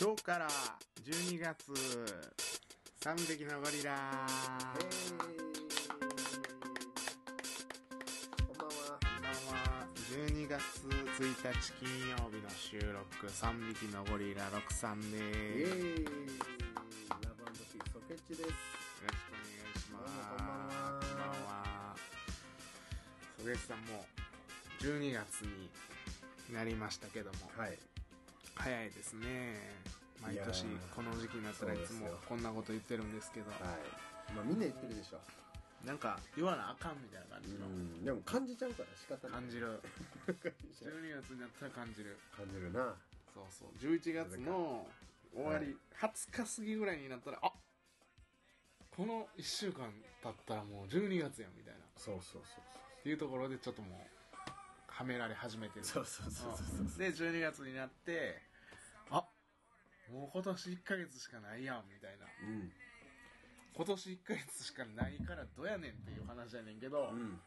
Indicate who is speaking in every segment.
Speaker 1: 今日から12月三匹のゴリラ
Speaker 2: えー、こんば
Speaker 1: こ
Speaker 2: んは。
Speaker 1: んばんは12月1日金曜日の収録三匹のゴリラ63
Speaker 2: イ
Speaker 1: で
Speaker 2: エ
Speaker 1: すよ
Speaker 2: ーイラブピースソケッチで
Speaker 1: ろし
Speaker 2: す。
Speaker 1: くお願いします
Speaker 2: どうもこんばんは
Speaker 1: こんばんは曽根さんもう12月になりましたけども、
Speaker 2: はい。
Speaker 1: 早いですね毎年
Speaker 2: いやー
Speaker 1: この時期になったらいつも
Speaker 2: そうですよ
Speaker 1: こんなこと言ってるんですけど
Speaker 2: はい。まあみんな言ってるでしょ。
Speaker 1: なんか言わなあかんみたいな感じ
Speaker 2: う
Speaker 1: の
Speaker 2: ん。でも感じちゃうから仕方ない。
Speaker 1: 感じる
Speaker 2: 感じちゃう
Speaker 1: 12月になったら感じる
Speaker 2: 感じるな。
Speaker 1: そうそう11月の終わり、20日過ぎぐらいになったらあこの1週間経ったらもう12月やんみたいなっ
Speaker 2: そうそうそ
Speaker 1: て
Speaker 2: う
Speaker 1: いうところでちょっともうはめられ始めてる
Speaker 2: そう。そうそうそうそうそう。
Speaker 1: で12月になってあもう今年1ヶ月しかないやんみたいな
Speaker 2: うん。
Speaker 1: 今年1ヶ月しかないからどやねんっていう話やねんけど、
Speaker 2: うん。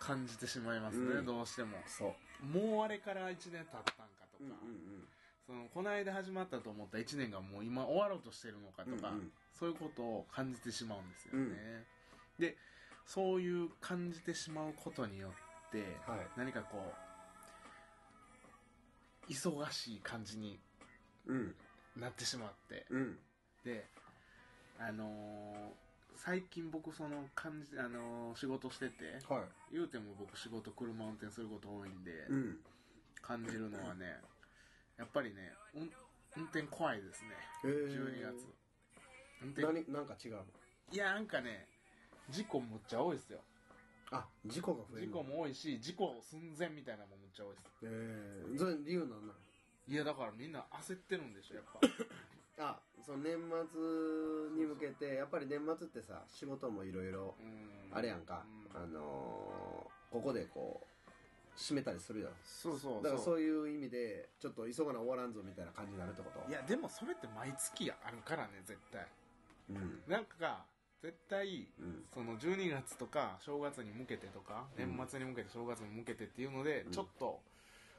Speaker 1: 感じてしまいますね、
Speaker 2: うん
Speaker 1: どうしても
Speaker 2: そう。
Speaker 1: もうあれから1年経ったんかとか、
Speaker 2: うんうん
Speaker 1: そのこの間始まったと思った1年がもう今終わろうとしてるのかとか、
Speaker 2: うんうん
Speaker 1: そういうことを感じてしまうんですよね、でそういう感じてしまうことによって、
Speaker 2: はい
Speaker 1: 何かこう忙しい感じに
Speaker 2: うん。うん。
Speaker 1: なってしまって、
Speaker 2: うん。
Speaker 1: であのー最近僕その感じ、あのー仕事してて、
Speaker 2: は
Speaker 1: 言うても僕仕事車運転すること多いんで、
Speaker 2: い。うん。
Speaker 1: 感じるのはねやっぱりね運運転怖いですね、
Speaker 2: えー
Speaker 1: 12月運転
Speaker 2: 何、なんか違うの
Speaker 1: いやなんかね事故むっちゃ多いですよ
Speaker 2: あ、事故が増える
Speaker 1: 事
Speaker 2: の。
Speaker 1: 故も多いし事故寸前みたいなのもむっちゃ多いです
Speaker 2: えー、それ理由なんなの
Speaker 1: いやだからみんな焦ってるんでしょやっぱ
Speaker 2: あその年末に向けてやっぱり年末ってさ仕事もいろいろ
Speaker 1: うん
Speaker 2: あれやんか、
Speaker 1: う
Speaker 2: あのー、ここでこう締めたりするやん
Speaker 1: そうそうそう
Speaker 2: だからそうういう意味でちょっと急がな終わらんぞみたいな感じになるってこと
Speaker 1: いやでもそれって毎月あるからね絶対
Speaker 2: うん
Speaker 1: なんか絶対、
Speaker 2: うん
Speaker 1: その12月とか正月に向けてとか年末に向けて正月に向けてっていうので、ちょっと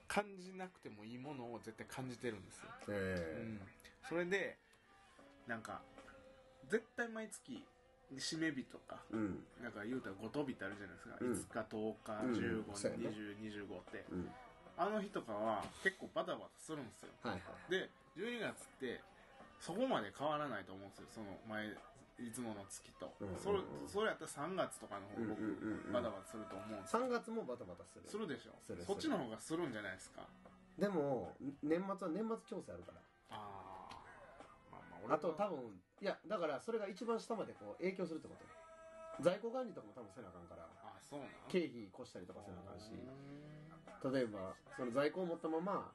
Speaker 1: 感じなくてもいいものを絶対感じてるんですよ、う
Speaker 2: え
Speaker 1: ん、それでなんか絶対毎月締め日とか
Speaker 2: ー、うん
Speaker 1: なんか言うたら5飛びってあるじゃないですか、
Speaker 2: うん
Speaker 1: 5日10日15、
Speaker 2: うんそうやね
Speaker 1: 20、25って、
Speaker 2: うん
Speaker 1: あの日とかは結構バタバタするんですよ
Speaker 2: はいはい
Speaker 1: で12月ってそこまで変わらないと思うんですよその前いつもの月と、
Speaker 2: うんうんうん
Speaker 1: それそれやったら3月とかの方が
Speaker 2: うんうんうんう
Speaker 1: 僕バ
Speaker 2: ん
Speaker 1: タバタすると思うんですよ、
Speaker 2: 3月もバタバタする
Speaker 1: するでしょ
Speaker 2: するする
Speaker 1: そっちの方がするんじゃないですか
Speaker 2: でも年末は年末調整あるから
Speaker 1: ああまあまあ俺は
Speaker 2: あと多分いやだからそれが一番下までこう影響するってこと在庫管理とかも多分せなあかんから
Speaker 1: あそうなの
Speaker 2: 経費越したりとかせなあかんし
Speaker 1: うーん
Speaker 2: 例えばその在庫を持ったまま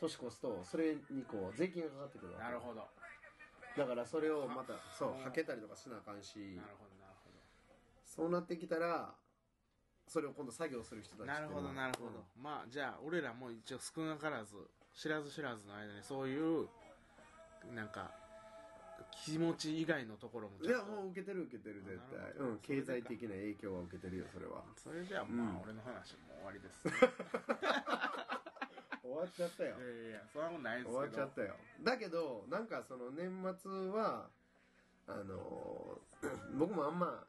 Speaker 2: 年越すとそれにこう税金がかかってくるわけ
Speaker 1: なるほど
Speaker 2: だからそれをまたそう
Speaker 1: は
Speaker 2: はけたりとかしなあかんし
Speaker 1: なるほどなるほ
Speaker 2: そうなってきたらそれを今度作業する人たち
Speaker 1: ど
Speaker 2: ってい
Speaker 1: なる
Speaker 2: うの
Speaker 1: ほど
Speaker 2: は
Speaker 1: なるほど、まあじゃあ俺らも一応少なからず知らず知らずの間にそういうなんか気持ち以外のところも
Speaker 2: うんい
Speaker 1: ちょ
Speaker 2: や
Speaker 1: っと
Speaker 2: もう受けてる受けてる絶
Speaker 1: な
Speaker 2: 対
Speaker 1: るほど
Speaker 2: うん経済的な影響は受けてるよそれ は
Speaker 1: それじゃあまあ俺の話もう終わりです、
Speaker 2: 終わっちゃったよ
Speaker 1: いやいやいやそんなことないです
Speaker 2: 終
Speaker 1: けど
Speaker 2: わっちゃったよだけどなんかその年末はあのー 僕もあんま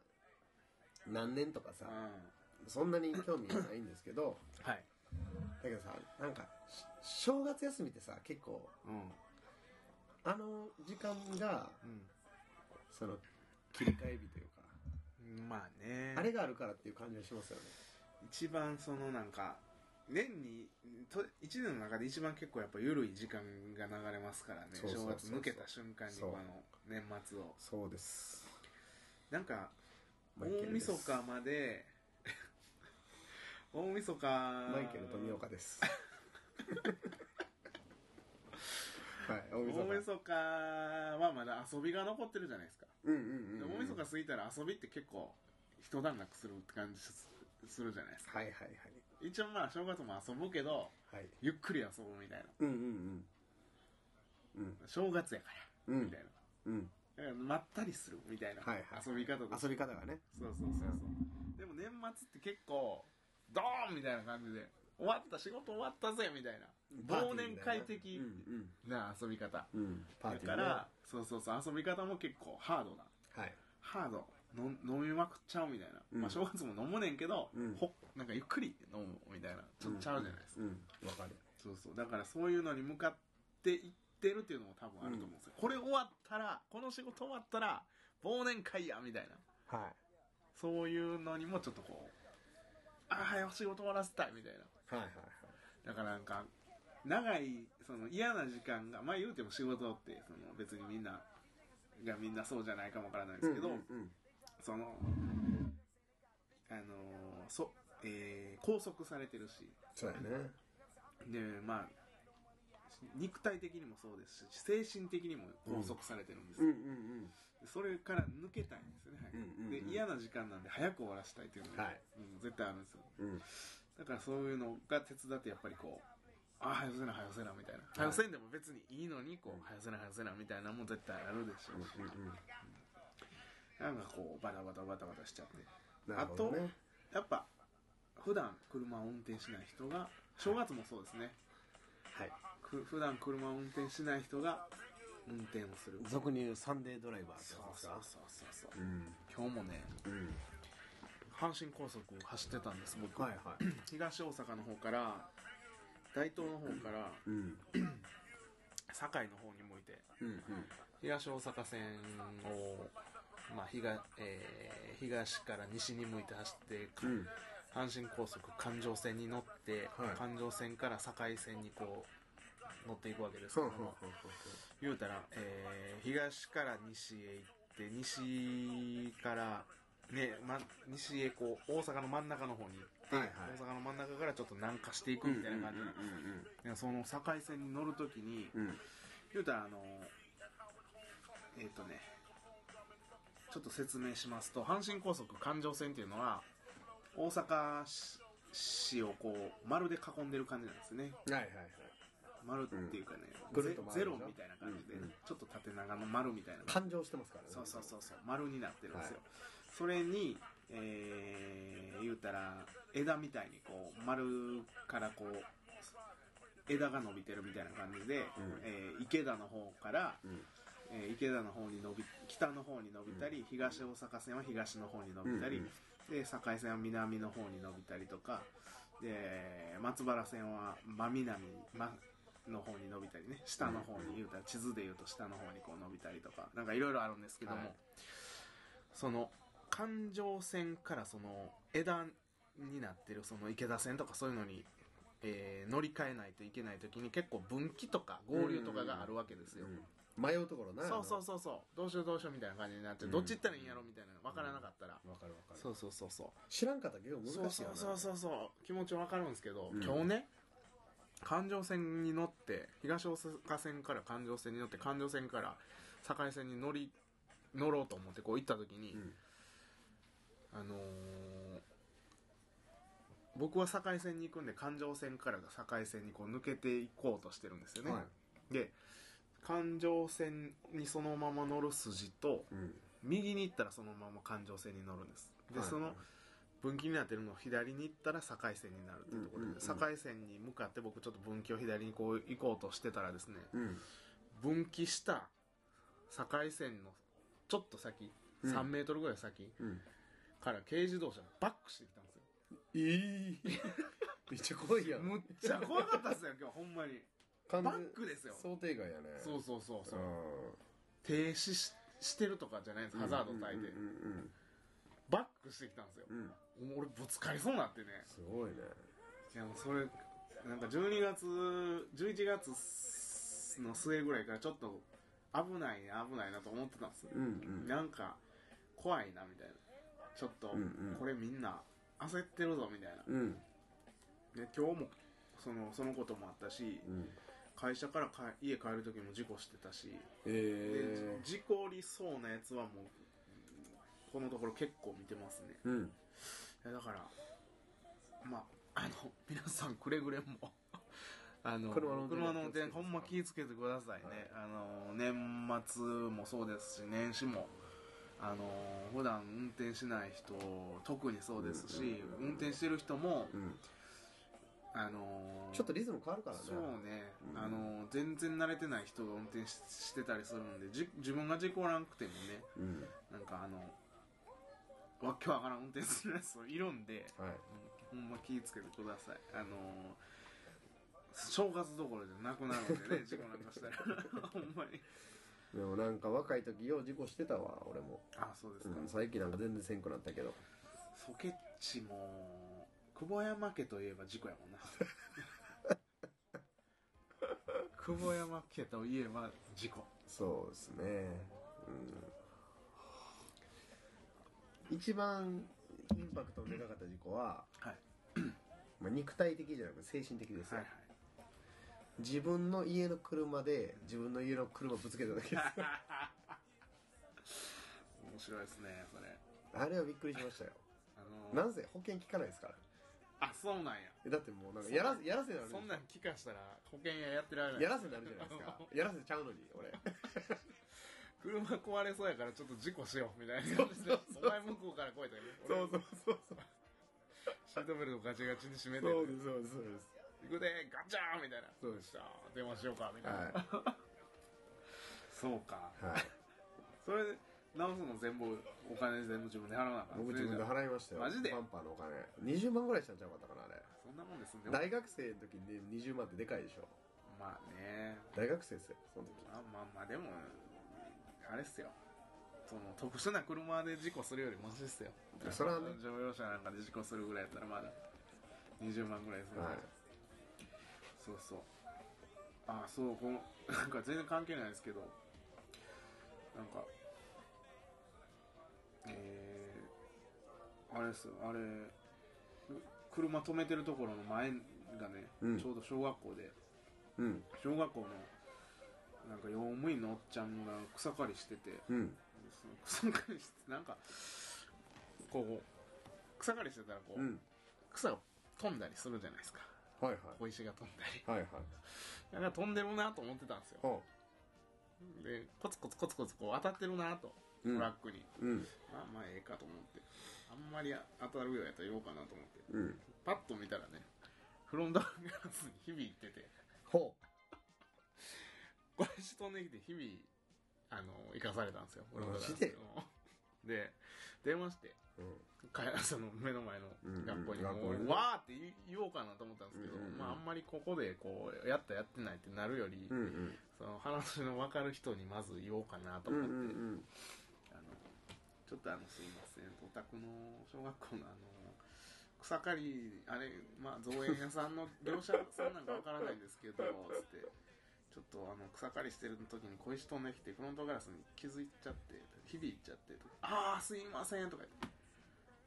Speaker 2: 何年とか
Speaker 1: うん
Speaker 2: さそんなに興味がないんですけど
Speaker 1: はい
Speaker 2: だけどさなんかし正月休みってさ結構
Speaker 1: うん
Speaker 2: あの時間がその切り替え日というか
Speaker 1: うんまあね
Speaker 2: あれがあるからっていう感じがしますよね
Speaker 1: 一番そのなんか年にと一年の中で一番結構やっぱ緩い時間が流れますからね
Speaker 2: そうそうそうそ
Speaker 1: 正
Speaker 2: う
Speaker 1: 月抜けた瞬間に
Speaker 2: そう
Speaker 1: この年末を
Speaker 2: そうです
Speaker 1: なんか
Speaker 2: マ
Speaker 1: 大
Speaker 2: イケルです
Speaker 1: 晦日まで 大晦日
Speaker 2: マ
Speaker 1: マ
Speaker 2: イケル富岡ですはい大晦
Speaker 1: 大
Speaker 2: 日
Speaker 1: 晦日はまだ遊びが残ってるじゃないですか
Speaker 2: うんうんうん、
Speaker 1: で
Speaker 2: うん、
Speaker 1: 大晦日過ぎたら遊びって結構一段落するって感じすするじゃないですか
Speaker 2: はいはいはい
Speaker 1: 一応まあ正月も遊ぶけど
Speaker 2: はい
Speaker 1: ゆっくり遊ぶみたい
Speaker 2: うんうんうんうん
Speaker 1: な正月やか
Speaker 2: う
Speaker 1: ら
Speaker 2: ん
Speaker 1: みたいな、
Speaker 2: うん
Speaker 1: だからまったりするみたいな、
Speaker 2: はいはい
Speaker 1: 遊び方として
Speaker 2: 遊び方がね
Speaker 1: そうそうそうそうでも年末って結構ドーンみたいな感じで終わった仕事終わったぜみたいな忘年会的
Speaker 2: うん
Speaker 1: な遊び方
Speaker 2: うんうんパ
Speaker 1: だ
Speaker 2: ーティ
Speaker 1: か
Speaker 2: ーね
Speaker 1: らそうそうそう遊び方も結構ハードな
Speaker 2: はい
Speaker 1: ハードの飲みまくっちゃうみたいな、
Speaker 2: うん
Speaker 1: まあ正月も飲むねんけど、
Speaker 2: うん
Speaker 1: ほなんかゆっくり飲むみたいなちょっとちゃうじゃないですか、
Speaker 2: うんわかる
Speaker 1: そうそうだからそういうのに向かっていってるっていうのも多分あると思うんですよ、これ終わったらこの仕事終わったら忘年会やみたいな
Speaker 2: は
Speaker 1: そういうのにもちょっとこうああ早く仕事終わらせたいみたいない
Speaker 2: はいはい
Speaker 1: だからなんか長いその嫌な時間がまあ言うても仕事ってその別にみんながみんなそうじゃないかもわからないですけど、
Speaker 2: うんうん
Speaker 1: そのあのそえー拘束されてるし
Speaker 2: そうやね
Speaker 1: でまあ肉体的にもそうですし精神的にも拘束されてるんです
Speaker 2: うん
Speaker 1: よ、
Speaker 2: うんうん
Speaker 1: それから抜けたいんですよね、早く
Speaker 2: うんうんうん
Speaker 1: で嫌な時間なんで早く終わらせたいというのが、
Speaker 2: はい
Speaker 1: うん絶対あるんですよ
Speaker 2: うん
Speaker 1: だからそういうのが手伝ってやっぱりこうああ早よせな早よせなみたいな早よせんでも別にいいのにこう早よせな早よせなみたいなのも絶対あるでしょうし、なんかこうバタバタバタバタしちゃって
Speaker 2: なるほどね
Speaker 1: やっぱ普段車を運転しない人が正月もそうですね
Speaker 2: はい
Speaker 1: く普段車を運転しない人が運転をする
Speaker 2: 俗に言うサンデードライバーって
Speaker 1: そう
Speaker 2: やつです
Speaker 1: そうそうそうそう
Speaker 2: かうん
Speaker 1: 今日もね
Speaker 2: うん
Speaker 1: 阪神高速を走ってたんです僕、
Speaker 2: はいはい
Speaker 1: 東大阪の方から大東の方から
Speaker 2: うん
Speaker 1: 堺の方に向いて
Speaker 2: うんうん
Speaker 1: 東大阪線を、まあ東えー東から西に向いて走ってか
Speaker 2: うん
Speaker 1: 阪神高速環状線に乗って、
Speaker 2: はい
Speaker 1: 環状線から堺線にこう乗っていくわけですけ
Speaker 2: そ
Speaker 1: ど
Speaker 2: う
Speaker 1: も
Speaker 2: そうそう
Speaker 1: 言うたら、えー東から西へ行って西から、ねま、西へこう大阪の真ん中の方に行って、
Speaker 2: はいはい
Speaker 1: 大阪の真ん中からちょっと南下していく
Speaker 2: そう
Speaker 1: みたいな感じ、でその堺線に乗るときに、
Speaker 2: うんうん
Speaker 1: 言うたらあのえっ、とねちょっと説明しますと阪神高速環状線っていうのは大阪市市をこう丸で囲んでる感じなんですね
Speaker 2: はいはいはい
Speaker 1: 丸っていうかね、
Speaker 2: うんぐる
Speaker 1: ゼ
Speaker 2: っと回
Speaker 1: ゼ
Speaker 2: るでし
Speaker 1: ロ
Speaker 2: ょ
Speaker 1: みたいな感じで、
Speaker 2: うんうん
Speaker 1: ちょっと縦長の丸みたいな
Speaker 2: 感情してますからね
Speaker 1: そうそうそうそう丸になってるんですよ、それにえー、言うたら枝みたいにこう丸からこう枝が伸びてるみたいな感じで、
Speaker 2: ん
Speaker 1: えー池田の方から、
Speaker 2: うん
Speaker 1: えー池田の方に伸び北の方に伸びたり、東大阪線は東の方に伸びたり、
Speaker 2: うん
Speaker 1: で堺線は南の方に伸びたりとかで松原線は真南、ま、の方に伸びたりね下の方に言うたら地図で言うと下の方にこう伸びたりとかなんかいろいろあるんですけども、
Speaker 2: はい
Speaker 1: その環状線からその枝になってるその池田線とかそういうのに、えー乗り換えないといけない時に結構分岐とか合流とかがあるわけですよ、
Speaker 2: うん迷うところな
Speaker 1: そうそうそうそうどうしようどうしようみたいな感じになって、
Speaker 2: うん
Speaker 1: どっち行ったらいいんやろみたいなの分からなかったら、
Speaker 2: うわかるわかる
Speaker 1: そうそうそうそう
Speaker 2: 知らんかったら結構
Speaker 1: そう
Speaker 2: 難しい
Speaker 1: そう
Speaker 2: よな
Speaker 1: そうそうそう気持ちわかるんですけど、
Speaker 2: うん
Speaker 1: 今日ね環状線に乗って東大阪線から環状線に乗って環状線から堺線に乗り乗ろうと思ってこう行った時に、
Speaker 2: うん
Speaker 1: あのー僕は堺線に行くんで環状線からが堺線にこう抜けていこうとしてるんですよね、
Speaker 2: はい
Speaker 1: で環状線にそのまま乗る筋と
Speaker 2: うん
Speaker 1: 右に行ったらそのまま環状線に乗るんですで、
Speaker 2: はい
Speaker 1: その分岐になってるのを左に行ったら境線になるっていうところで、
Speaker 2: うんうんうん
Speaker 1: 境線に向かって僕ちょっと分岐を左にこう行こうとしてたらですね
Speaker 2: うん
Speaker 1: 分岐した境線のちょっと先、
Speaker 2: うん
Speaker 1: 3メートルぐらい先
Speaker 2: うん
Speaker 1: から軽自動車がバックしてきたんですよ
Speaker 2: いい めっちゃ怖いやん
Speaker 1: むっちゃ怖かったっすよ今日ほんまに
Speaker 2: 完
Speaker 1: バ
Speaker 2: 全
Speaker 1: ックですよ
Speaker 2: 想定外やね
Speaker 1: そうそうそうそう、
Speaker 2: うん
Speaker 1: 停止ししてるとかじゃないんですハザード耐えて、
Speaker 2: うんうん
Speaker 1: バックしてきたんですよ
Speaker 2: うんうん
Speaker 1: 俺ぶつかりそうになってね
Speaker 2: すごいね
Speaker 1: いやもうそれなんか12月11月の末ぐらいからちょっと危ないな危ないなと思ってたんですよ、
Speaker 2: うんうん
Speaker 1: なんか怖いなみたいなちょっと
Speaker 2: うんうん
Speaker 1: これみんな焦ってるぞみたいな
Speaker 2: うん
Speaker 1: で今日もそのそのこともあったし
Speaker 2: うん
Speaker 1: 会社からか家帰る時も事故してたし、
Speaker 2: え
Speaker 1: で事故りそうなやつはもうこのところ結構見てますね
Speaker 2: ーうん
Speaker 1: いやだからまああの皆さんくれぐれも あの
Speaker 2: 車の運転
Speaker 1: 車の運転ほんま気ぃつけてくださいね、あの年末もそうですし年始もあの普段運転しない人特にそうですし、
Speaker 2: うんうんうんうん
Speaker 1: 運転してる人も
Speaker 2: うん
Speaker 1: あのー
Speaker 2: ちょっとリズム変わるからね
Speaker 1: そうね、
Speaker 2: うん
Speaker 1: あの全然慣れてない人が運転ししてたりするんでじ自分が事故らんくてもね
Speaker 2: うん
Speaker 1: なんかあのわっけわからん運転するやついるんで
Speaker 2: はい
Speaker 1: ほんま気ぃつけてくださいあの正月どころじゃなくなるんで ね事故なんかしたら ほんまに
Speaker 2: でもなんか若い時よう事故してたわ俺も、
Speaker 1: あそうです
Speaker 2: う
Speaker 1: か、
Speaker 2: ん、最近なんか全然せんくなったけど
Speaker 1: ソケッチも久保山家といえば事故や もんな久保山家といえば事故
Speaker 2: そうですねうん一番インパクトのでかかった事故は、
Speaker 1: はい
Speaker 2: まあ、肉体的じゃなくて精神的です
Speaker 1: は
Speaker 2: よ、
Speaker 1: いはい
Speaker 2: 自分の家の車で自分の家の車ぶつけただけです
Speaker 1: 面白いですねそれ
Speaker 2: あれはびっくりしましたよ
Speaker 1: あの
Speaker 2: なんせ保険効かないですから
Speaker 1: あそうなんや
Speaker 2: えだってもうなんかやらせやらせなる
Speaker 1: そんなん聞かしたら保険屋やってられない
Speaker 2: やらせなるじゃないですかやらせちゃうのに俺
Speaker 1: 車壊れそうやからちょっと事故しようみたいな感じで
Speaker 2: そうそうそう
Speaker 1: お前向こうから来いとか言
Speaker 2: そうそうそうそう
Speaker 1: シートベルトガチガチに締めて
Speaker 2: そう
Speaker 1: 行
Speaker 2: ですそうですそうです
Speaker 1: くでガチャーンみたいな
Speaker 2: そうです
Speaker 1: さあ電話しようかみたいな、
Speaker 2: は
Speaker 1: そうか
Speaker 2: いはい
Speaker 1: それで直すの全部お金全部自分で払わなあかん
Speaker 2: 僕自分で払いましたよ
Speaker 1: マジで
Speaker 2: パンパーのお金20万ぐらいしたんちゃうかったかなあれ
Speaker 1: そんなもんですんでも
Speaker 2: 大学生の時に20万ってでかいでしょ
Speaker 1: まあね
Speaker 2: 大学生ですよその時
Speaker 1: まあまあまあでもあれっすよその特殊な車で事故するよりマシっすよ
Speaker 2: それはね
Speaker 1: 乗用車なんかで事故するぐらいやったらまだ20万ぐらいですね、
Speaker 2: はい
Speaker 1: そうそうあそうこのなん か全然関係ないですけどなんかえー、あれですよあれう車止めてるところの前がね、
Speaker 2: うん
Speaker 1: ちょうど小学校で
Speaker 2: うん
Speaker 1: 小学校のなんか用務員のおっちゃんが草刈りしてて
Speaker 2: うん
Speaker 1: その草刈りしてなんかこう草刈りしてたらこう、
Speaker 2: うん
Speaker 1: 草が飛んだりするじゃないですか
Speaker 2: はいは
Speaker 1: 小
Speaker 2: い
Speaker 1: 石が飛んだり
Speaker 2: はいはい
Speaker 1: なんか飛んでるなと思ってたんですよ
Speaker 2: ほ
Speaker 1: でコツコツコツコツこう当たってるなと
Speaker 2: うう
Speaker 1: ト
Speaker 2: ん
Speaker 1: ラックに、
Speaker 2: うん
Speaker 1: まあまあええかと思ってあんまり当たるようやったら言おうかなと思って
Speaker 2: うん
Speaker 1: パッと見たらねフロントガラスに響いてて
Speaker 2: ほ
Speaker 1: これ飛んできて日々あの生かされたんですよ俺の中
Speaker 2: マジで
Speaker 1: うん で電話して
Speaker 2: ううん
Speaker 1: かその目の前の学校に
Speaker 2: うんうん
Speaker 1: もう
Speaker 2: 学校にね
Speaker 1: わーって言おうかなと思ったんですけど、
Speaker 2: うんうんうん
Speaker 1: まあ、あんまりここでこうやったやってないってなるより、
Speaker 2: うんうん
Speaker 1: その話の分かる人にまず言おうかなと
Speaker 2: う
Speaker 1: 思
Speaker 2: んう
Speaker 1: って、
Speaker 2: んうん
Speaker 1: あのちょっとあのすいませんお宅の小学校のあの草刈りあれまあ造園屋さんの業者さんなんかわからないんですけどつってちょっとあの草刈りしてる時に小石飛んできてフロントガラスに気づいちゃって響いちゃって「ああすいません」とか言って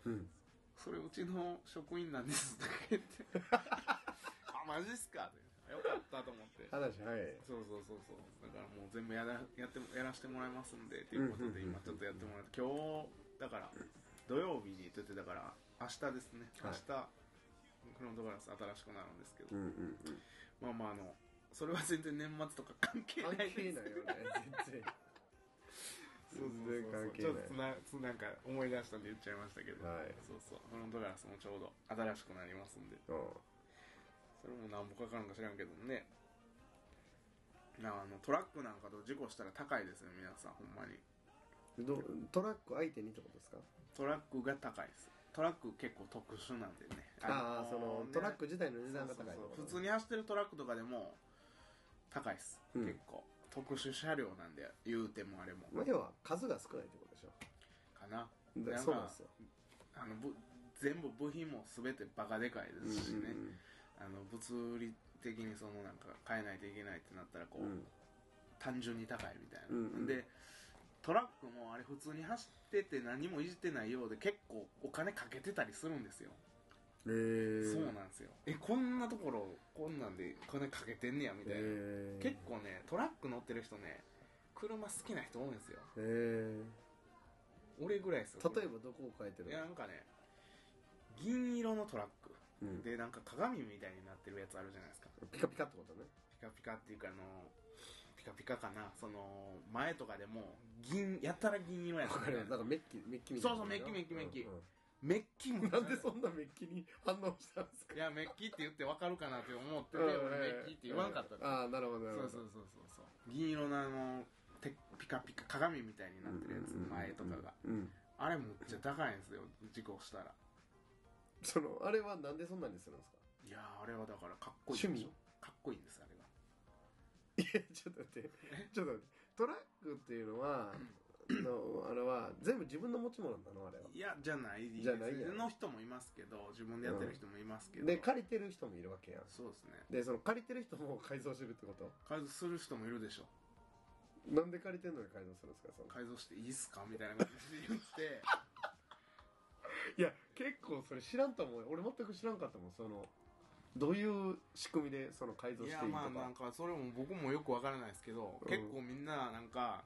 Speaker 2: うん
Speaker 1: 「それうちの職員なんです」とか言って「あマジっすか」ってよかったと思って
Speaker 2: 話早い
Speaker 1: そうそうそうそうだからもう全部やらやってやらせてもらいますんでっていうことで
Speaker 2: うんうんうんうん
Speaker 1: 今ちょっとやってもらって今日だから土曜日に言っててだから明日ですね明
Speaker 2: はい
Speaker 1: 日、フロントガラス新しくなるんですけど
Speaker 2: うんうんうん
Speaker 1: まあまああのそれは全然年末とか関係
Speaker 2: 関
Speaker 1: ない
Speaker 2: 係
Speaker 1: です
Speaker 2: ないよね全然
Speaker 1: そうそうそうそう
Speaker 2: 全然関係
Speaker 1: ちょっ
Speaker 2: ない
Speaker 1: とつなつなんか思い出したんで言っちゃいましたけど、
Speaker 2: はい
Speaker 1: そうそうフロントガラスもちょうど新しくなりますんで
Speaker 2: う
Speaker 1: それも何ぼかかるんか知らんけどもねなああのトラックなんかと事故したら高いですよ皆さんほんまに
Speaker 2: んどトラック相手にってことですか
Speaker 1: トラックが高いですトラック結構特殊なんでね
Speaker 2: ああ
Speaker 1: のー
Speaker 2: その
Speaker 1: ね
Speaker 2: トラック自体の
Speaker 1: そう
Speaker 2: 値段
Speaker 1: そう
Speaker 2: が
Speaker 1: そ
Speaker 2: 高いってこ
Speaker 1: う
Speaker 2: と
Speaker 1: 普通に走ってるトラックとかでも高いです、
Speaker 2: うん
Speaker 1: 結構特殊車両なんで言うてもあれも
Speaker 2: まあ要は数が少ないってことでしょ
Speaker 1: かな
Speaker 2: だ
Speaker 1: なんか
Speaker 2: そうなんですよ
Speaker 1: あのぶ全部部品も全てバカでかいですしね、あの物理的にそのなんか変えないといけないってなったらこ
Speaker 2: う
Speaker 1: う、
Speaker 2: んうん
Speaker 1: 単純に高いみたいな、
Speaker 2: うんうん
Speaker 1: でトラックもあれ普通に走ってて何もいじってないようで結構お金かけてたりするんですよ
Speaker 2: えー、
Speaker 1: そうなんですよえこんなところこんなんで金かけてんねやみたいな、
Speaker 2: えー、
Speaker 1: 結構ねトラック乗ってる人ね車好きな人多いんですよ
Speaker 2: えー、
Speaker 1: 俺ぐらいですよ
Speaker 2: 例えばどこを変えて
Speaker 1: い
Speaker 2: る
Speaker 1: やなんかね銀色のトラック
Speaker 2: うん、
Speaker 1: でなんか鏡みたいになってるやつあるじゃないですか
Speaker 2: ピカピカってことね
Speaker 1: ピカピカっていうかあのピカピカかなその前とかでも銀やたら銀色や
Speaker 2: わ
Speaker 1: つ
Speaker 2: かるよなんかメッキメッキみたい
Speaker 1: そうそう
Speaker 2: な
Speaker 1: メッキメッキメッキ
Speaker 2: うんうん
Speaker 1: メッキも
Speaker 2: なんでそんなメッキに反応したんですか
Speaker 1: いやメッキって言ってわかるかなって思ってて
Speaker 2: うん
Speaker 1: 俺メッキって言わんかった
Speaker 2: う
Speaker 1: の
Speaker 2: んああ、なるほど、なる
Speaker 1: そ
Speaker 2: ほ
Speaker 1: うそう
Speaker 2: ど。
Speaker 1: そうそうそう銀色のあのてピカピカ鏡みたいになってるやつ前とかが
Speaker 2: うん。
Speaker 1: あれむっちゃ高いんですよ事故したら
Speaker 2: その、あれはなんでそんなにするんですか
Speaker 1: いやーあれはだからかっこいいでし
Speaker 2: 趣
Speaker 1: ょかっこいいんですあれが
Speaker 2: いや、ちょっと 待って。ちょっと待って。トラックっていうのは、の、あれは、全部自分の持ち物なのあれは。
Speaker 1: いやじゃない
Speaker 2: じゃないやん
Speaker 1: の人もいますけど自分でやってる人もいますけど、
Speaker 2: で、借りてる人もいるわけやん。
Speaker 1: そうですね
Speaker 2: で、その借りてる人も改造してるってこと
Speaker 1: 改造する人もいるでしょ
Speaker 2: なんで借りてんのに改造するんですかその
Speaker 1: 改造していいっすかみたいな感じで言って
Speaker 2: いや、結構それ知らんと思うよ。俺全く知らんかったもん。その、どういう仕組みでその改造
Speaker 1: い
Speaker 2: していい
Speaker 1: や
Speaker 2: とか。
Speaker 1: まあなんかそれも僕もよくわからないですけど、
Speaker 2: うん
Speaker 1: 結構みんななんか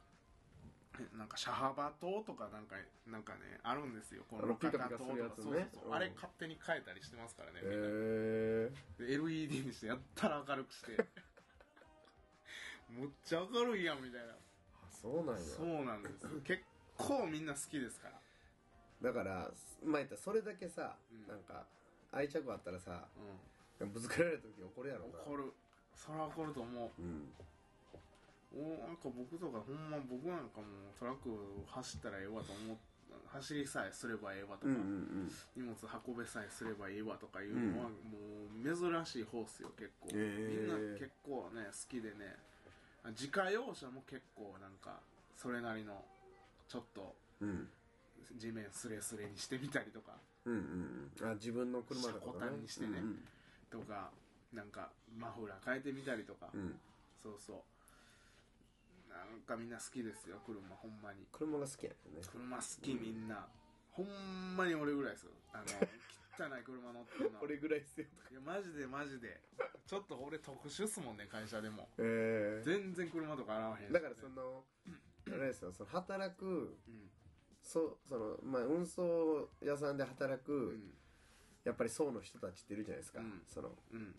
Speaker 1: えなんか車幅灯とかなんかなんかねあるんですよこ
Speaker 2: あのピカピカするやつ
Speaker 1: そう
Speaker 2: ね
Speaker 1: そうそう
Speaker 2: うん
Speaker 1: あれ勝手に変えたりしてますからね、
Speaker 2: へえ
Speaker 1: で LED にしてやったら明るくして むっちゃ明るいやんみたいな
Speaker 2: あそうなんや
Speaker 1: そうなんですよ結構みんな好きですから
Speaker 2: だからまあ言ったらそれだけさ、
Speaker 1: うん
Speaker 2: なんか愛着あったらさ
Speaker 1: う
Speaker 2: ぶつかられた時怒るやろ
Speaker 1: ん
Speaker 2: な
Speaker 1: 怒るそれは怒ると思う
Speaker 2: うん
Speaker 1: おなんか僕とかほんま僕なんかもうトラック走ったらええわと思っ走りさえすればええわとか、
Speaker 2: うんうんうん
Speaker 1: 荷物運べさえすればいいわとかいうのは、もう珍しい方っすよ結構、
Speaker 2: へー
Speaker 1: みんな結構ね好きでねあ自家用車も結構なんかそれなりのちょっと
Speaker 2: うん
Speaker 1: 地面スレスレにしてみたりとか
Speaker 2: うんうんうんあ自分の車とか
Speaker 1: 車庫単にしてね
Speaker 2: うん
Speaker 1: とかなんかマフラー変えてみたりとか、
Speaker 2: うん、うん
Speaker 1: そうそうなんかみんな好きですよ車ほんまに
Speaker 2: 車が好きやねんね
Speaker 1: 車好きみんな、ほんまに俺ぐらいですよあの汚い車乗ってるの
Speaker 2: 俺ぐらいっすよとか
Speaker 1: いやマジでマジでちょっと俺特殊っすもんね会社でも
Speaker 2: ええ
Speaker 1: 全然車とか洗わへんし
Speaker 2: だからそのあれですよその働く
Speaker 1: うん
Speaker 2: そその、まあ、運送屋さんで働く、
Speaker 1: うん
Speaker 2: やっぱり層の人たちっているじゃないですか、
Speaker 1: うん
Speaker 2: その
Speaker 1: うん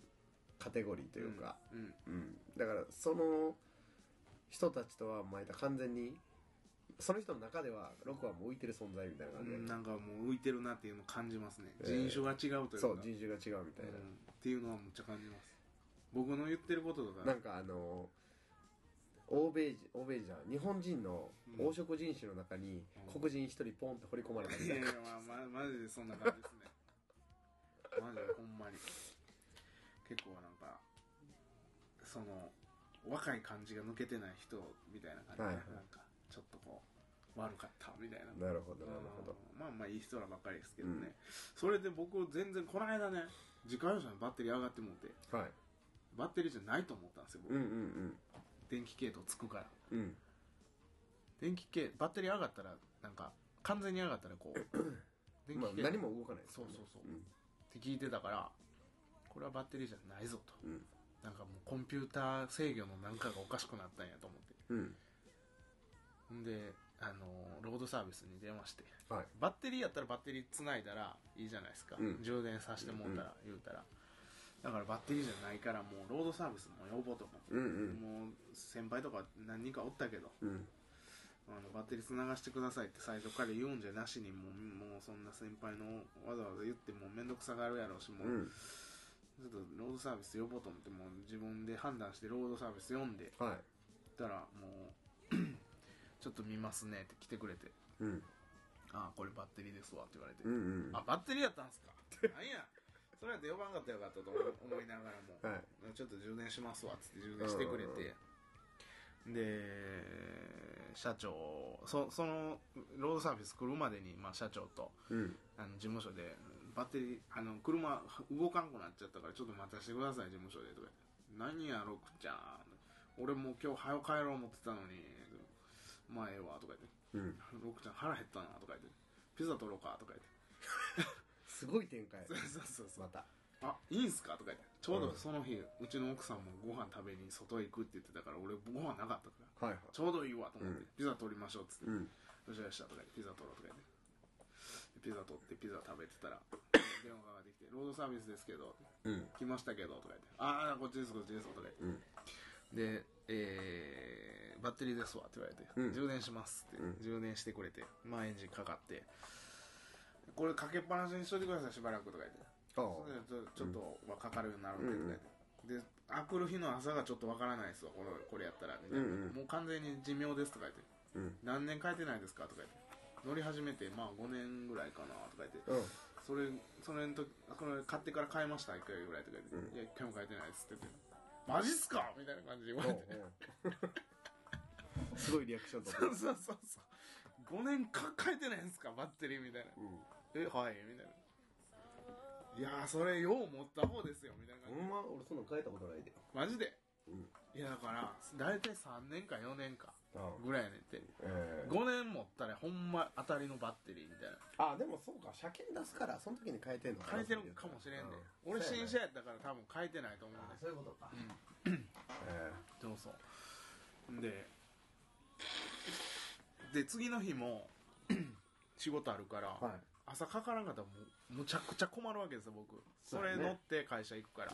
Speaker 2: カテゴリーというか、
Speaker 1: うん
Speaker 2: だからその人たちとは前田完全にその人の中ではロクはもう浮いてる存在みたいな
Speaker 1: う
Speaker 2: 感じで、
Speaker 1: んなんかもう浮いてるなっていうのを感じますね、
Speaker 2: えー
Speaker 1: 人種が違うというか
Speaker 2: そう人種が違うみたいな
Speaker 1: う、んっていうのはむっちゃ感じます僕の言ってることとか
Speaker 2: なんかあの欧米人欧米人じゃん日本人の
Speaker 1: うん
Speaker 2: 黄色人種の中に
Speaker 1: うん
Speaker 2: 黒人一人ポンって掘り込まれたみ
Speaker 1: い
Speaker 2: た
Speaker 1: やい
Speaker 2: いな、
Speaker 1: や、まあ、まマジでそんな感じです ねマジでほんまに結構なんかその若い感じが抜けてない人みたいな感じ、
Speaker 2: はいはい
Speaker 1: なんかちょっとこう悪かったみたいな
Speaker 2: なるほどなるほど
Speaker 1: まあまあいい人らばっかりですけどね、
Speaker 2: うん
Speaker 1: それで僕全然この間ね自家用車のバッテリー上がってもって
Speaker 2: はい
Speaker 1: バッテリーじゃないと思ったんですよ、僕
Speaker 2: うんうん
Speaker 1: 電気系統つくから
Speaker 2: うんうん
Speaker 1: 電気系バッテリー上がったらなんか完全に上がったら こう電
Speaker 2: まあ
Speaker 1: 系統
Speaker 2: 何も動かないです
Speaker 1: そうそうそう、
Speaker 2: う
Speaker 1: っ
Speaker 2: ん
Speaker 1: て聞いてたからこれはバッテリーじゃないぞと
Speaker 2: うん
Speaker 1: なんかもうコンピューター制御のなんかがおかしくなったんやと思って
Speaker 2: うん
Speaker 1: ほんであのロードサービスに電話して
Speaker 2: はい
Speaker 1: バッテリーやったらバッテリーつないだらいいじゃないですか、
Speaker 2: うん
Speaker 1: 充電させてもうたら、言うたらだからバッテリーじゃないからもうロードサービスも呼ぼうとか、
Speaker 2: うん
Speaker 1: も
Speaker 2: うん
Speaker 1: う先輩とか何人かおったけど
Speaker 2: うん
Speaker 1: あのバッテリーつながしてくださいって最初から言うんじゃなしにもうもうそんな先輩のわざわざ言っても面倒くさがるやろうしもう、
Speaker 2: うん
Speaker 1: ちょっとロードサービス呼ぼうと思ってもう自分で判断してロードサービス呼んで
Speaker 2: はい
Speaker 1: たらもうちょっと見ますねって来てくれて
Speaker 2: うん
Speaker 1: 「ああこれバッテリーですわ」って言われて
Speaker 2: うんうん
Speaker 1: あバッテリーやったんすかなんやそれやって呼ばんかったらよかったと思思いながらも、
Speaker 2: はい
Speaker 1: ちょっと充電しますわっつって充電してくれ
Speaker 2: うんうん
Speaker 1: て、で社長そそのロードサービス来るまでに、まあ、社長と
Speaker 2: うん
Speaker 1: あの事務所でバッテリーあの車動かんくなっちゃったからちょっと待たせてください事務所でとか言って何やろくちゃん俺もう今日早く帰ろう思ってたのにまあええわとか言って
Speaker 2: うん
Speaker 1: ロクちゃん腹減ったなとか言ってピザ取ろうかとか言って
Speaker 2: すごい展開
Speaker 1: そうそうそうそ
Speaker 2: ま
Speaker 1: う
Speaker 2: た
Speaker 1: あいいんすかとか言ってちょう
Speaker 2: う
Speaker 1: ど
Speaker 2: ん
Speaker 1: その日、うちの奥さんもご飯食べに外へ行くって言ってたから俺ご飯なかったから
Speaker 2: はいはい
Speaker 1: ちょうどいいわと思って、
Speaker 2: うん
Speaker 1: ピザ取りましょうっつって、
Speaker 2: うん
Speaker 1: よしよしとか言ってピザ取ろうとか言ってでピザ取ってピザ食べてたら電話かかってきて「ロードサービスですけど
Speaker 2: うん
Speaker 1: 来ましたけど」とか言って「ああこっちですこっちです」とか言って
Speaker 2: うん
Speaker 1: で、えーバッテリーですわって言われて、
Speaker 2: うん
Speaker 1: 充電しますって、
Speaker 2: うん
Speaker 1: 充電してくれて、まあエンジンかかって、これかけっぱなしにしといてくださいしばらくとか言って
Speaker 2: あ
Speaker 1: それでちょちょっと、まあ、かかるようになるんで、
Speaker 2: うん
Speaker 1: であくる日の朝がちょっとわからないですわこれこれやったらみたいな、
Speaker 2: うんうん
Speaker 1: もう完全に寿命ですとか言って
Speaker 2: うん
Speaker 1: 何年変えてないですかとか言って乗り始めてまあ5年ぐらいかなとか言って
Speaker 2: うん
Speaker 1: それそれの時これ買ってから買いました1回ぐらいとか言って、
Speaker 2: うん
Speaker 1: いや1回も変えてないですって言ってマジっすかみたいな感じで言わ
Speaker 2: お
Speaker 1: れ
Speaker 2: う
Speaker 1: て
Speaker 2: おうすごいリアクションだった
Speaker 1: そうそうそうそう5年か変えてないんですかバッテリーみたいな
Speaker 2: うん
Speaker 1: えはいみたいないやーそれよう持った方ですよみたいな感じ
Speaker 2: ほんま俺そんなん変えたことないで
Speaker 1: マジで
Speaker 2: うん
Speaker 1: いやだから大体3年か4年か
Speaker 2: ああ
Speaker 1: ぐらいやねんって
Speaker 2: え
Speaker 1: 5
Speaker 2: ー
Speaker 1: 年持ったらほんま当たりのバッテリーみたいな
Speaker 2: あでもそうか車検出すからその時に変えてんの
Speaker 1: 変えてるかもしれんで、
Speaker 2: うん
Speaker 1: 俺
Speaker 2: そう
Speaker 1: 新
Speaker 2: やね
Speaker 1: 車やったから多分変えてないと思うん
Speaker 2: あ
Speaker 1: です
Speaker 2: そういうことかえ
Speaker 1: そうそうでで次の日も 仕事あるから、
Speaker 2: ーはい
Speaker 1: 朝かからんかったらもうむちゃくちゃ困るわけですよ僕
Speaker 2: そ
Speaker 1: そう
Speaker 2: やね
Speaker 1: れ乗って会社行くから、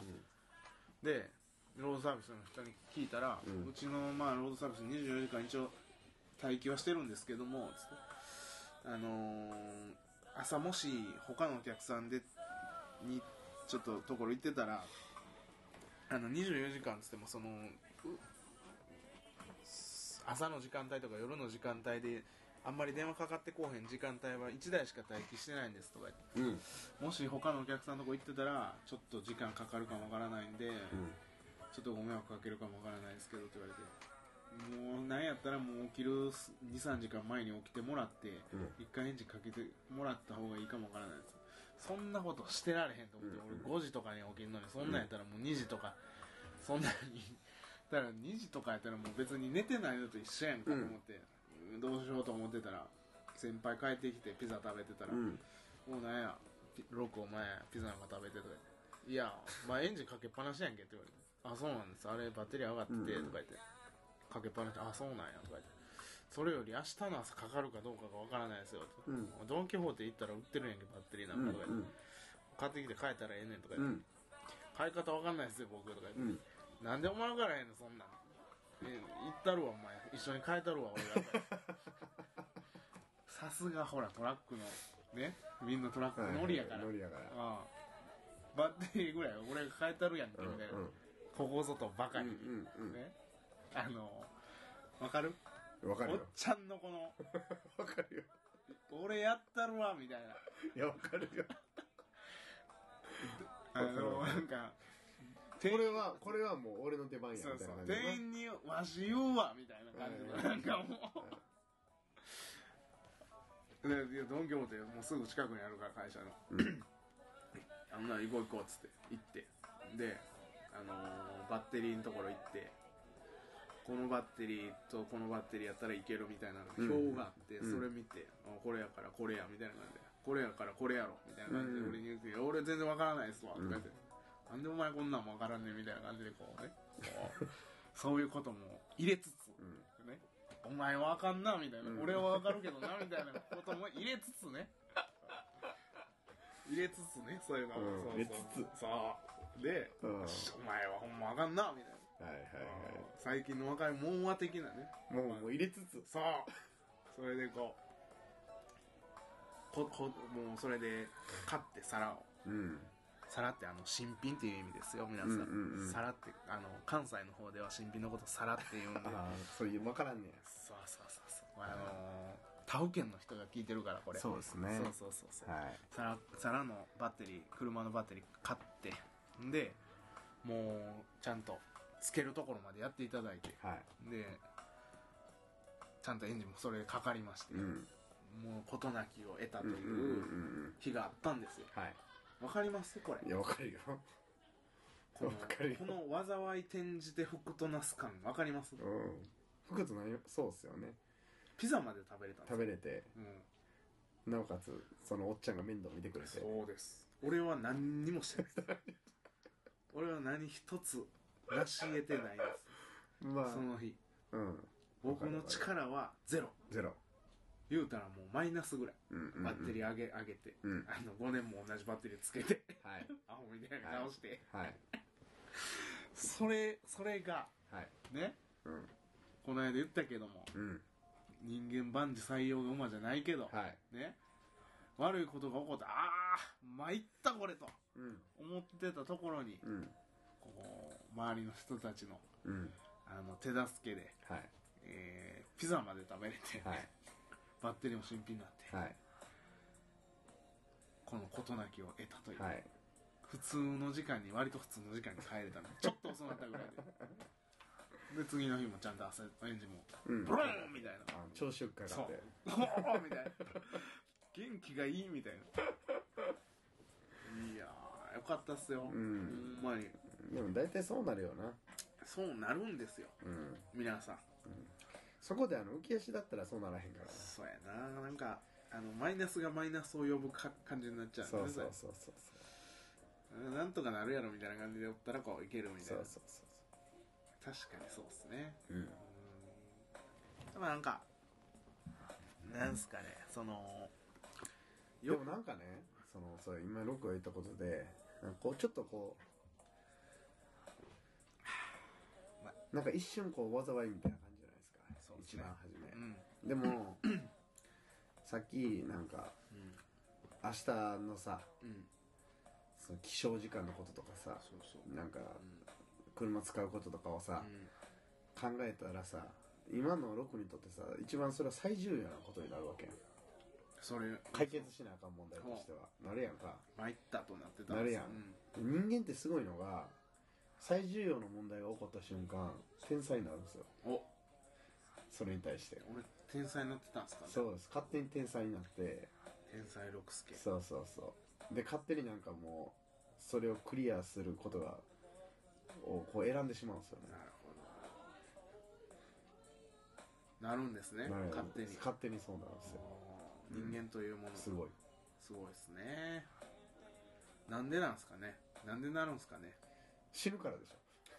Speaker 1: でロードサービスの人に聞いたら、
Speaker 2: う
Speaker 1: うんちの、まあ、ロードサービス24時間一応待機はしてるんですけどもつってあのー朝もし他のお客さんでにちょっとところ行ってたらあの24時間つってもそのう朝の時間帯とか夜の時間帯であんまり電話かかってこうへん時間帯は1台しか待機してないんですとか言って
Speaker 2: うんうん
Speaker 1: もし他のお客さんのとこ行ってたらちょっと時間かかるかもわからないんで、ちょっとご迷惑かけるかもわからないですけどって言われてもうなんやったらもう起きる23時間前に起きてもらって
Speaker 2: うん
Speaker 1: 一回エンジンかけてもらった方がいいかもわからないですそんなことしてられへんと思って、
Speaker 2: うん
Speaker 1: 俺5時とかに起きるのにそんなんやったらもう2時とか、そんなにだから2時とかやったらもう別に寝てないのと一緒やんかと思って、うんどうしようと思ってたら先輩帰ってきてピザ食べてたら、
Speaker 2: うん
Speaker 1: もうなんや、ピロックお前、ピザなんか食べてとか言って。いや、まあエンジンかけっぱなしやんけって言われて。あ、そうなんです。あれバッテリー上がってて、とか言って。かけっぱなし、あ、そうなんや、とか言って。それより明日の朝かかるかどうかがわからないですよ。って
Speaker 2: うん
Speaker 1: ドン・キホーテ行ったら売ってるやんけ、バッテリーな
Speaker 2: うん
Speaker 1: か
Speaker 2: ん
Speaker 1: とか言って。買ってきて変えたらええねんとか
Speaker 2: う
Speaker 1: 言って。
Speaker 2: ん
Speaker 1: 買い方わかんないですよ、僕とか言って
Speaker 2: う。ん
Speaker 1: なんでお前からへんのそんなんえ行ったるわお前一緒に帰ったるわ俺ら さすがほらトラックのねみんなトラック
Speaker 2: はい
Speaker 1: 乗りやから、
Speaker 2: ノリやから
Speaker 1: ああバッテリーぐらいは俺が帰ったるやんけ
Speaker 2: う
Speaker 1: み
Speaker 2: ん
Speaker 1: たいな、
Speaker 2: うん
Speaker 1: ここぞとばかり、
Speaker 2: うんうん
Speaker 1: ねあのわかる
Speaker 2: うんわかる
Speaker 1: おっ
Speaker 2: よ
Speaker 1: ちゃんのこの
Speaker 2: わかるよ
Speaker 1: 俺やったるわみたいない
Speaker 2: やわかるよ
Speaker 1: あの
Speaker 2: わか
Speaker 1: な
Speaker 2: る
Speaker 1: んか
Speaker 2: これはこれはもう俺の出番やみ
Speaker 1: そう
Speaker 2: た
Speaker 1: そ
Speaker 2: いうな感じ
Speaker 1: 店員に「わし言うわ」みたいな感じの、
Speaker 2: はい
Speaker 1: なんかもうでいやドン・キホーテもうすぐ近くにあるから会 社の
Speaker 2: うん
Speaker 1: 「あんなら行こう行こう」っつって行ってで、あのーバッテリーのところ行ってこのバッテリーとこのバッテリーやったらいけるみたいな
Speaker 2: うん
Speaker 1: 表があって、
Speaker 2: うん
Speaker 1: それ見て、あこれやからこれやみたいな感じでこれやからこれやろみたいな感じで俺に言うて、いや俺全然わからないですわ」とか言って、なんでお前こんなんわからんねんみたいな感じでこうねこ うそういうことも入れつつ、
Speaker 2: うん
Speaker 1: ね、お前はあかんな、みたいな。
Speaker 2: うん
Speaker 1: 俺はわかるけどな、みたいなことも入れつつね。入れつつね、そういうの。
Speaker 2: うん
Speaker 1: そう
Speaker 2: 入れつ
Speaker 1: つ。そう。で、
Speaker 2: うんは
Speaker 1: お前はほんまあかんな、みたいな。
Speaker 2: いはいは
Speaker 1: 最近の若いもんは的なね。
Speaker 2: いもうもう入れつつ
Speaker 1: そう。それでこう。こ、こ、もうそれで、買って皿を。
Speaker 2: うん
Speaker 1: 皿ってあの新品っていう意味ですよ皆さん,、
Speaker 2: うんうんうん
Speaker 1: 皿ってあの関西の方では新品のこと皿って言うんで
Speaker 2: ああそういうわからんねや
Speaker 1: そうそうそうそう、まあ、あのー、他府県の人が聞いてるからこれ
Speaker 2: そうですね
Speaker 1: そうそうそうそう
Speaker 2: はい
Speaker 1: さらさらのバッテリー車のバッテリー買ってんでもうちゃんとつけるところまでやっていただいて
Speaker 2: はい
Speaker 1: でちゃんとエンジンもそれかかりまして、
Speaker 2: うん
Speaker 1: もう事なきを得たと
Speaker 2: うん
Speaker 1: い
Speaker 2: うんうんう
Speaker 1: うん日があったんですよ
Speaker 2: はい
Speaker 1: わかりますこれ
Speaker 2: いやわかるよ
Speaker 1: この
Speaker 2: わかるよ
Speaker 1: この災い転じて福となす感わかります
Speaker 2: うん福津のそうっすよね
Speaker 1: ピザまで食べれたんです
Speaker 2: 食べれて
Speaker 1: うん、
Speaker 2: なおかつそのおっちゃんが面倒見てくれて
Speaker 1: そうです俺は何にもしてないです俺は何一つ成し得てないで
Speaker 2: ます
Speaker 1: その日
Speaker 2: あうん
Speaker 1: 僕の力はゼロ
Speaker 2: ゼロ
Speaker 1: 言うたらもうマイナスぐらいバッテリ
Speaker 2: ー
Speaker 1: ー上げ上げて、
Speaker 2: うん
Speaker 1: あの5年も同じバッテリーつけて
Speaker 2: はい
Speaker 1: アホみたいな顔して、
Speaker 2: はい
Speaker 1: それそれが
Speaker 2: はい
Speaker 1: ね
Speaker 2: うん
Speaker 1: この間言ったけども
Speaker 2: うん
Speaker 1: 人間万事採用が馬じゃないけど、
Speaker 2: はい
Speaker 1: ね悪いことが起こったああ参ったこれと
Speaker 2: うん
Speaker 1: 思ってたところに
Speaker 2: うん
Speaker 1: こう周りの人たちの
Speaker 2: うん
Speaker 1: あの手助けで、
Speaker 2: はい
Speaker 1: えーピザまで食べれて、
Speaker 2: はい
Speaker 1: バッテリーも新品になって、
Speaker 2: はい
Speaker 1: この事なきを得たという、
Speaker 2: はい
Speaker 1: 普通の時間に割と普通の時間に帰れたの ちょっと遅なったぐらいでで次の日もちゃんと朝エンジンも
Speaker 2: うん
Speaker 1: ブローンみたいな
Speaker 2: あの朝食かか
Speaker 1: そ
Speaker 2: っ
Speaker 1: う
Speaker 2: て
Speaker 1: 「おお!」みたいな元気がいいみたいないやーよかったっすよ、
Speaker 2: う
Speaker 1: ほ
Speaker 2: ん
Speaker 1: んまに
Speaker 2: でも大体そうなるよな
Speaker 1: そうなるんですよ
Speaker 2: うん
Speaker 1: 皆さん
Speaker 2: そこであの浮き足だったらそうならへんからな
Speaker 1: そうやななんかあのマイナスがマイナスを呼ぶか感じになっちゃうんで
Speaker 2: そうそうそうそう
Speaker 1: なんとかなるやろみたいな感じでおったらこういけるみた
Speaker 2: そ
Speaker 1: いうな
Speaker 2: そうそう
Speaker 1: 確かにそうっすね
Speaker 2: そううん
Speaker 1: でもなんかなんすかねその
Speaker 2: でもなんかねそのそう今ロックが言ったことでなんかこうちょっとこ
Speaker 1: うまいう
Speaker 2: なんか一瞬こう災いみたいな感じじゃないですか
Speaker 1: そうです
Speaker 2: 一
Speaker 1: ね
Speaker 2: 番初め、
Speaker 1: うん
Speaker 2: でも さっきなんか
Speaker 1: うん
Speaker 2: 明日のさ
Speaker 1: うん
Speaker 2: その起床時間のこととかさ
Speaker 1: そうそう
Speaker 2: なんか
Speaker 1: うん
Speaker 2: 車使うこととかをさ、
Speaker 1: うん
Speaker 2: 考えたらさ今のロックにとってさ一番それは最重要なことになるわけやん
Speaker 1: それ
Speaker 2: 解決しなあかん問題としてはなるやんか
Speaker 1: 参ったとなってた
Speaker 2: なるやん
Speaker 1: うん
Speaker 2: 人間ってすごいのが最重要な問題が起こった瞬間天才になるんですよ
Speaker 1: お
Speaker 2: それに対して
Speaker 1: 俺天才になってたんすかね
Speaker 2: そうです勝手に天才になって
Speaker 1: 天才六助
Speaker 2: そうそうそうで勝手になんかもうそれをクリアすることがをこう選んでしまうんですよね
Speaker 1: なるほどなるんですね
Speaker 2: なる
Speaker 1: 勝手に
Speaker 2: 勝手にそうなんですよ
Speaker 1: 人間というもの
Speaker 2: すごい
Speaker 1: すごいですねなんでなんすかねなんでなるんすかね
Speaker 2: 死ぬからでし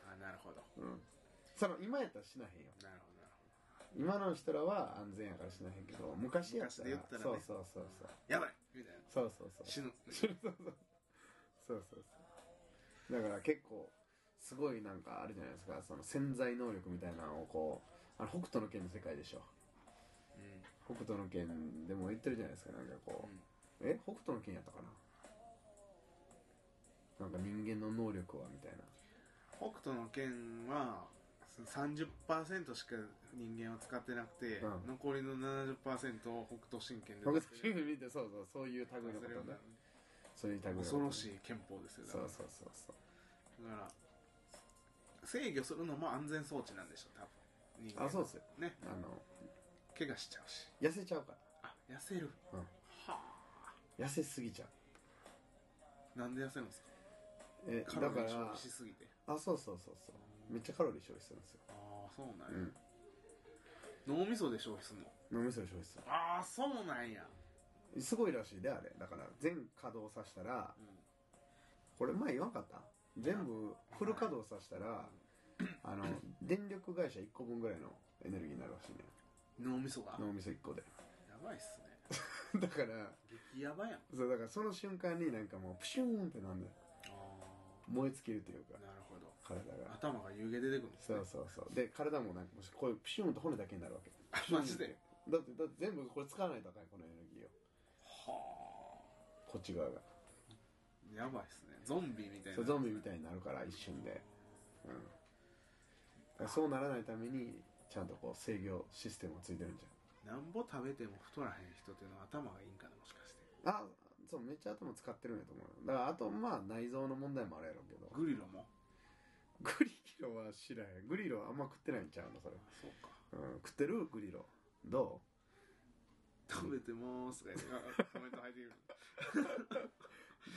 Speaker 1: あなるほど
Speaker 2: ょうんその今やったら死なへんよ
Speaker 1: なるほどなるほ
Speaker 2: 今の人らは安全やからしないけど昔やった
Speaker 1: 昔で
Speaker 2: ら
Speaker 1: 言ったらね
Speaker 2: そうそうそうそう
Speaker 1: どやばいみたいな
Speaker 2: そうそうそう
Speaker 1: 死ぬ
Speaker 2: そうそうそうそうそうそうだから結構すごいなんかあるじゃないですかその潜在能力みたいなのをこうあの北斗の拳の世界でしょ
Speaker 1: うん
Speaker 2: 北斗の拳でも言ってるじゃないですかなんかこう、え北斗の拳やったかななんか人間の能力はみたいな
Speaker 1: 北斗の拳は30%しか人間は使ってなくて、
Speaker 2: うん
Speaker 1: 残りの70%を北斗神拳で
Speaker 2: 北
Speaker 1: 使っ
Speaker 2: 斗
Speaker 1: てる
Speaker 2: の拳見てそうそうそういう類のこ
Speaker 1: それ
Speaker 2: と
Speaker 1: は
Speaker 2: ねそういう類のこと
Speaker 1: 恐ろしい憲法ですよだ
Speaker 2: そ
Speaker 1: から
Speaker 2: うそうそうそう
Speaker 1: だから制御するのも安全装置なんでしょ多分人間
Speaker 2: あそうですよ
Speaker 1: ね
Speaker 2: あの
Speaker 1: 怪我しちゃうし
Speaker 2: 痩せちゃうから
Speaker 1: あ痩せる、
Speaker 2: うん
Speaker 1: は
Speaker 2: 痩せすぎちゃう
Speaker 1: あなんで痩せるんですか
Speaker 2: え
Speaker 1: カ
Speaker 2: だ
Speaker 1: ロ
Speaker 2: か
Speaker 1: リー消
Speaker 2: ら
Speaker 1: 費しすぎて
Speaker 2: あそうそうそうそうめっちゃカロリー消費するんですよ
Speaker 1: ああそうなん
Speaker 2: う
Speaker 1: や
Speaker 2: ん、
Speaker 1: 脳みそで消費するの
Speaker 2: 脳みそで消費す
Speaker 1: ああそうなんや、
Speaker 2: るすごいらしいであれだから全稼働させたら
Speaker 1: う
Speaker 2: これ前言わんかった全部フル稼働させたらあの電力会社1個分ぐらいのエネルギーになるらしいね
Speaker 1: ん、脳みそが
Speaker 2: 脳みそ1個で
Speaker 1: やばいっすね
Speaker 2: だから
Speaker 1: 激ヤバやん
Speaker 2: そうだからその瞬間になんかもうプシューンってなんだよ
Speaker 1: あ
Speaker 2: 燃え尽きるというか
Speaker 1: あなるほど
Speaker 2: 体が
Speaker 1: 頭が湯気出てくるんです
Speaker 2: そ
Speaker 1: ね
Speaker 2: うそうそうで体もなんかもうこういうプシューンと骨だけになるわけ
Speaker 1: あマジで
Speaker 2: だってだって全部これ使わないとあかんこのエネルギーを
Speaker 1: は
Speaker 2: こっち側が
Speaker 1: あやばいっすねゾンビみたい
Speaker 2: そう
Speaker 1: な
Speaker 2: ゾンビみたいになるから一瞬で、うん、だからそうならないためにちゃんとこう制御システムがついてるんじ
Speaker 1: なんぼ食べても太らへん人っていうのは頭がいいんかなもしかして
Speaker 2: ゃんあそうめっちゃ頭使ってるんやと思うよだからあとまあ内臓の問題もあるやろうけど
Speaker 1: グリロも
Speaker 2: グリロは知らへんグリロあんま食ってないんちゃうのそれ、
Speaker 1: そうか
Speaker 2: うん、食ってるグリロど
Speaker 1: 食べてまーすとか言ってあコメント入ってく る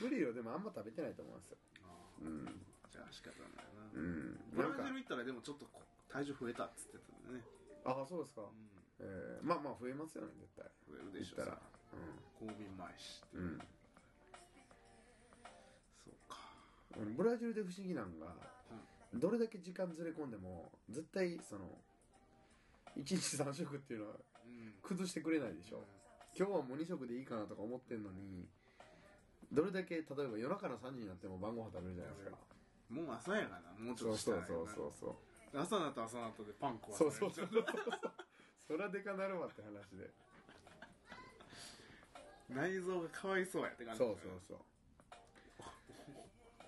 Speaker 2: うグリロでもあんま食べてないと思うんですよ
Speaker 1: あ
Speaker 2: うん
Speaker 1: あじゃあ仕方ないな
Speaker 2: うん
Speaker 1: ブ
Speaker 2: な
Speaker 1: ラ
Speaker 2: んか
Speaker 1: ジル行ったらでもちょっとこ体重増えたっつってたんでね
Speaker 2: あそうですか
Speaker 1: う、ん
Speaker 2: えー、まあまあ増えますよね絶対
Speaker 1: 増えるで
Speaker 2: 言
Speaker 1: し
Speaker 2: っ
Speaker 1: ょ
Speaker 2: たら
Speaker 1: それ交尾前しって
Speaker 2: うん、うん
Speaker 1: そうか
Speaker 2: うんブラジルで不思議なんが、どれだけ時間ずれ込んでも絶対その1日3食っていうのは
Speaker 1: うん
Speaker 2: 崩してくれないでしょ、今日はもう2食でいいかなとか思ってんのにどれだけ例えば夜中の3時になっても晩ご飯食べるじゃないですか
Speaker 1: うんもう朝やがなもうちょ
Speaker 2: そ
Speaker 1: っ
Speaker 2: う
Speaker 1: とした
Speaker 2: そ
Speaker 1: ら
Speaker 2: う
Speaker 1: や
Speaker 2: そう
Speaker 1: な朝な
Speaker 2: そうそう
Speaker 1: と朝なとでパン食わ
Speaker 2: そうそう
Speaker 1: さ
Speaker 2: そうそらでかなるわって話で
Speaker 1: 内臓がかわいそうやって感じ
Speaker 2: そうそうそう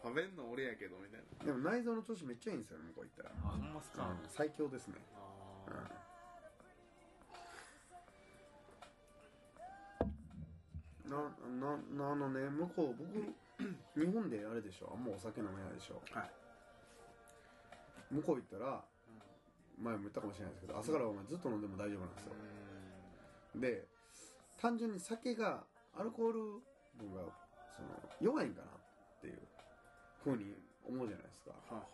Speaker 1: 食べんの俺やけどみたいな
Speaker 2: でも内臓の調子めっちゃいいんですよ向こう行ったら、
Speaker 1: あほんますか、
Speaker 2: うん最強ですね、
Speaker 1: あ
Speaker 2: うん
Speaker 1: ー、
Speaker 2: なななあのね向こう僕 日本であれでしょあんまお酒飲めないでしょ
Speaker 1: はい、
Speaker 2: 向こう行ったら
Speaker 1: うん
Speaker 2: 前も言ったかもしれないですけど朝からお前ずっと飲んでも大丈夫なんですよ
Speaker 1: う
Speaker 2: で単純に酒がアルコール分がその弱いんかなっていうふうに思うじゃないですか
Speaker 1: ーんはあは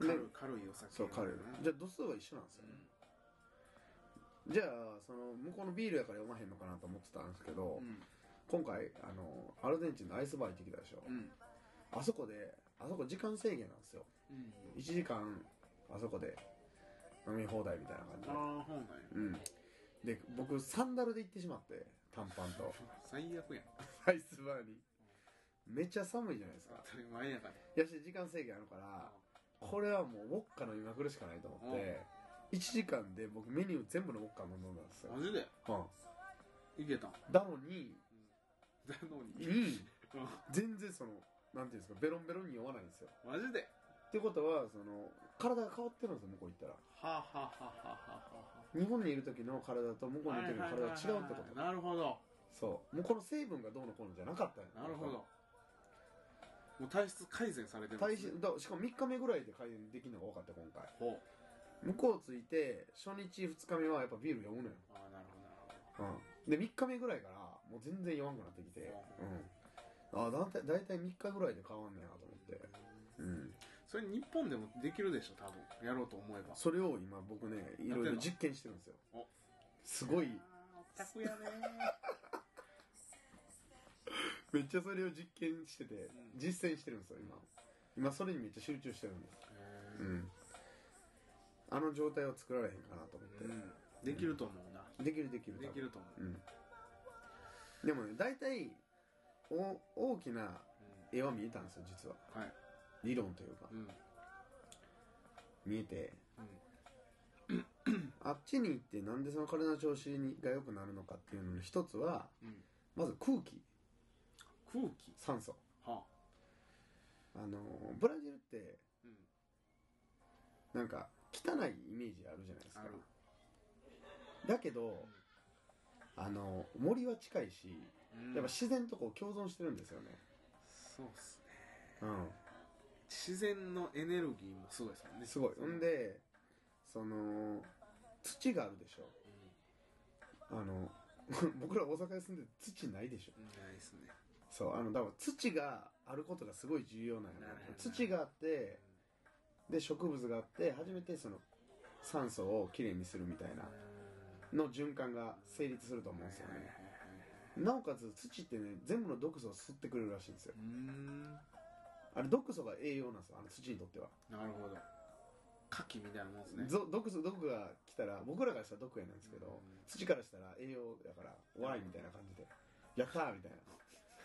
Speaker 1: あ
Speaker 2: ね
Speaker 1: はあ軽い軽いお酒
Speaker 2: そう彼ら
Speaker 1: うん
Speaker 2: じゃあ度数は一緒なんですよねじゃあその向こうのビールやから読まへんのかなと思ってたんですけど、
Speaker 1: うん
Speaker 2: 今回あのアルゼンチンのアイスバー行ってきたでしょ、
Speaker 1: うん
Speaker 2: あそこであそこ時間制限なんですよ
Speaker 1: うん
Speaker 2: 1時間あそこで飲み放題みたいな
Speaker 1: ああ
Speaker 2: 感
Speaker 1: ほうなんや
Speaker 2: じでうんで僕サンダルで行ってしまって短パンと
Speaker 1: 最悪やん
Speaker 2: アイスバーにめっちゃ寒いじゃないですか
Speaker 1: 当たり前やから
Speaker 2: いやし時間制限あるからこれはもうウォッカ飲みまくるしかないと思って、1時間で僕メニュー全部のウォッカ飲んだんですよ、
Speaker 1: マジで
Speaker 2: う
Speaker 1: いけたん
Speaker 2: ん、だのに
Speaker 1: だのに
Speaker 2: に
Speaker 1: うん
Speaker 2: 全然そのなんていうんですかベロンベロンに酔わないんですよ
Speaker 1: マジで
Speaker 2: ってことはその体が変わってるんですよ向こう行ったら
Speaker 1: はあはあはあはあはあ
Speaker 2: 日本にいる時の体と向こうにいる時の体が違うって
Speaker 1: は
Speaker 2: こ
Speaker 1: いはいはいはい
Speaker 2: と
Speaker 1: なるほど
Speaker 2: そうもうこの成分がどうのこうのじゃなかったんや
Speaker 1: なるほどもう体質改善されてるんで
Speaker 2: 体
Speaker 1: すね
Speaker 2: 質だしかも3日目ぐらいで改善できるのが多かった今回
Speaker 1: ほう
Speaker 2: 向こう着いて初日2日目はやっぱビール酔うのよ、
Speaker 1: ああなるほどなるほど
Speaker 2: うん、で3日目ぐらいからもう全然酔わんくなってきて、うん、ああだいたい大体3日ぐらいで変わんねやなと思って、うん、
Speaker 1: それ日本でもできるでしょ多分やろうと思えば
Speaker 2: それを今僕ねいろいろ実験してるんですよ
Speaker 1: お
Speaker 2: すごい
Speaker 1: あーオタクやね
Speaker 2: めっちゃそれを実験してて
Speaker 1: ん
Speaker 2: 実践してるんですよ今今それにめっちゃ集中してるんです
Speaker 1: へ
Speaker 2: う
Speaker 1: ー
Speaker 2: んあの状態を作られへんかなと思
Speaker 1: う
Speaker 2: っ
Speaker 1: んできると思うな
Speaker 2: てできるできる
Speaker 1: できると思う
Speaker 2: 多分うんでもね大体お大きな絵は見えたんですよ実は
Speaker 1: うんはい
Speaker 2: 理論というか
Speaker 1: うん
Speaker 2: 見えて
Speaker 1: うん
Speaker 2: あっちに行ってなんでその体の調子にが良くなるのかっていうのの一つは
Speaker 1: うん
Speaker 2: まず空気
Speaker 1: 空気
Speaker 2: 酸素
Speaker 1: はあ
Speaker 2: あのブラジルって
Speaker 1: うん
Speaker 2: なんか汚いイメージあるじゃないですか
Speaker 1: ある
Speaker 2: だけどあの森は近いし
Speaker 1: うん
Speaker 2: やっぱ自然とこう共存してるんですよね
Speaker 1: そうっすね
Speaker 2: うん
Speaker 1: 自然のエネルギーもすごいですもんね
Speaker 2: すごい
Speaker 1: うん
Speaker 2: んでその土があるでしょ
Speaker 1: う
Speaker 2: あの 僕ら大阪に住んで土ないでしょ
Speaker 1: んないですね
Speaker 2: そうあのだから土があることがすごい重要なんやな
Speaker 1: なるほど
Speaker 2: 土があってで植物があって初めてその酸素をきれいにするみたいなの循環が成立すると思うんですよねなおかつ土ってね全部の毒素を吸ってくれるらしいんですよ
Speaker 1: うん
Speaker 2: あれ毒素が栄養なんですよあの土にとっては、
Speaker 1: なるほど牡蠣みたいなもんですね
Speaker 2: ぞ毒素毒が来たら僕らからしたら毒やなんですけど、
Speaker 1: うん
Speaker 2: 土からしたら栄養だからワインみたいな感じでやったーみたいな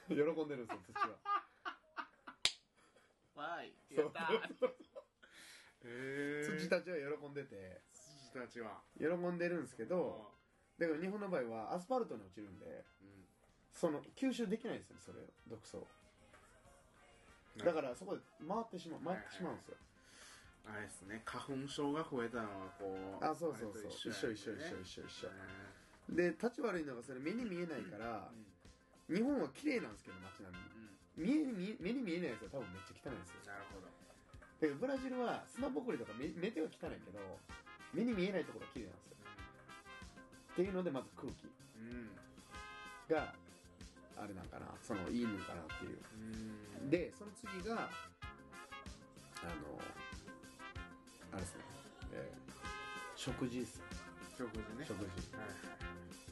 Speaker 2: 喜んでるんですよ土は
Speaker 1: わい
Speaker 2: そ う
Speaker 1: ーへー
Speaker 2: 土たちは喜んでて
Speaker 1: 土たちは
Speaker 2: 喜んでるんですけどだから日本の場合はアスファルトに落ちるんで
Speaker 1: うん
Speaker 2: その吸収できないんですよそれを毒素をだからそこで回ってしまう回ってしまうんですよ
Speaker 1: あれですね花粉症が増えたのはこう
Speaker 2: あそうそうそう一緒一緒一緒一緒一緒で立ち悪いのがそれ目に見えないから、日本は綺麗なんですけど街並
Speaker 1: うんうん
Speaker 2: み見え見え目に見えないやつは多分めっちゃ汚いんですよ
Speaker 1: なるほど
Speaker 2: でブラジルは砂ぼこりとか目目手は汚いけど目に見えないところが綺麗なんですよっていうのでまず空気
Speaker 1: うん
Speaker 2: があれなんかなそのいいのかなっていう
Speaker 1: うん
Speaker 2: でその次があのあれですね、えー食事です
Speaker 1: 食事ね
Speaker 2: 食事
Speaker 1: はいはい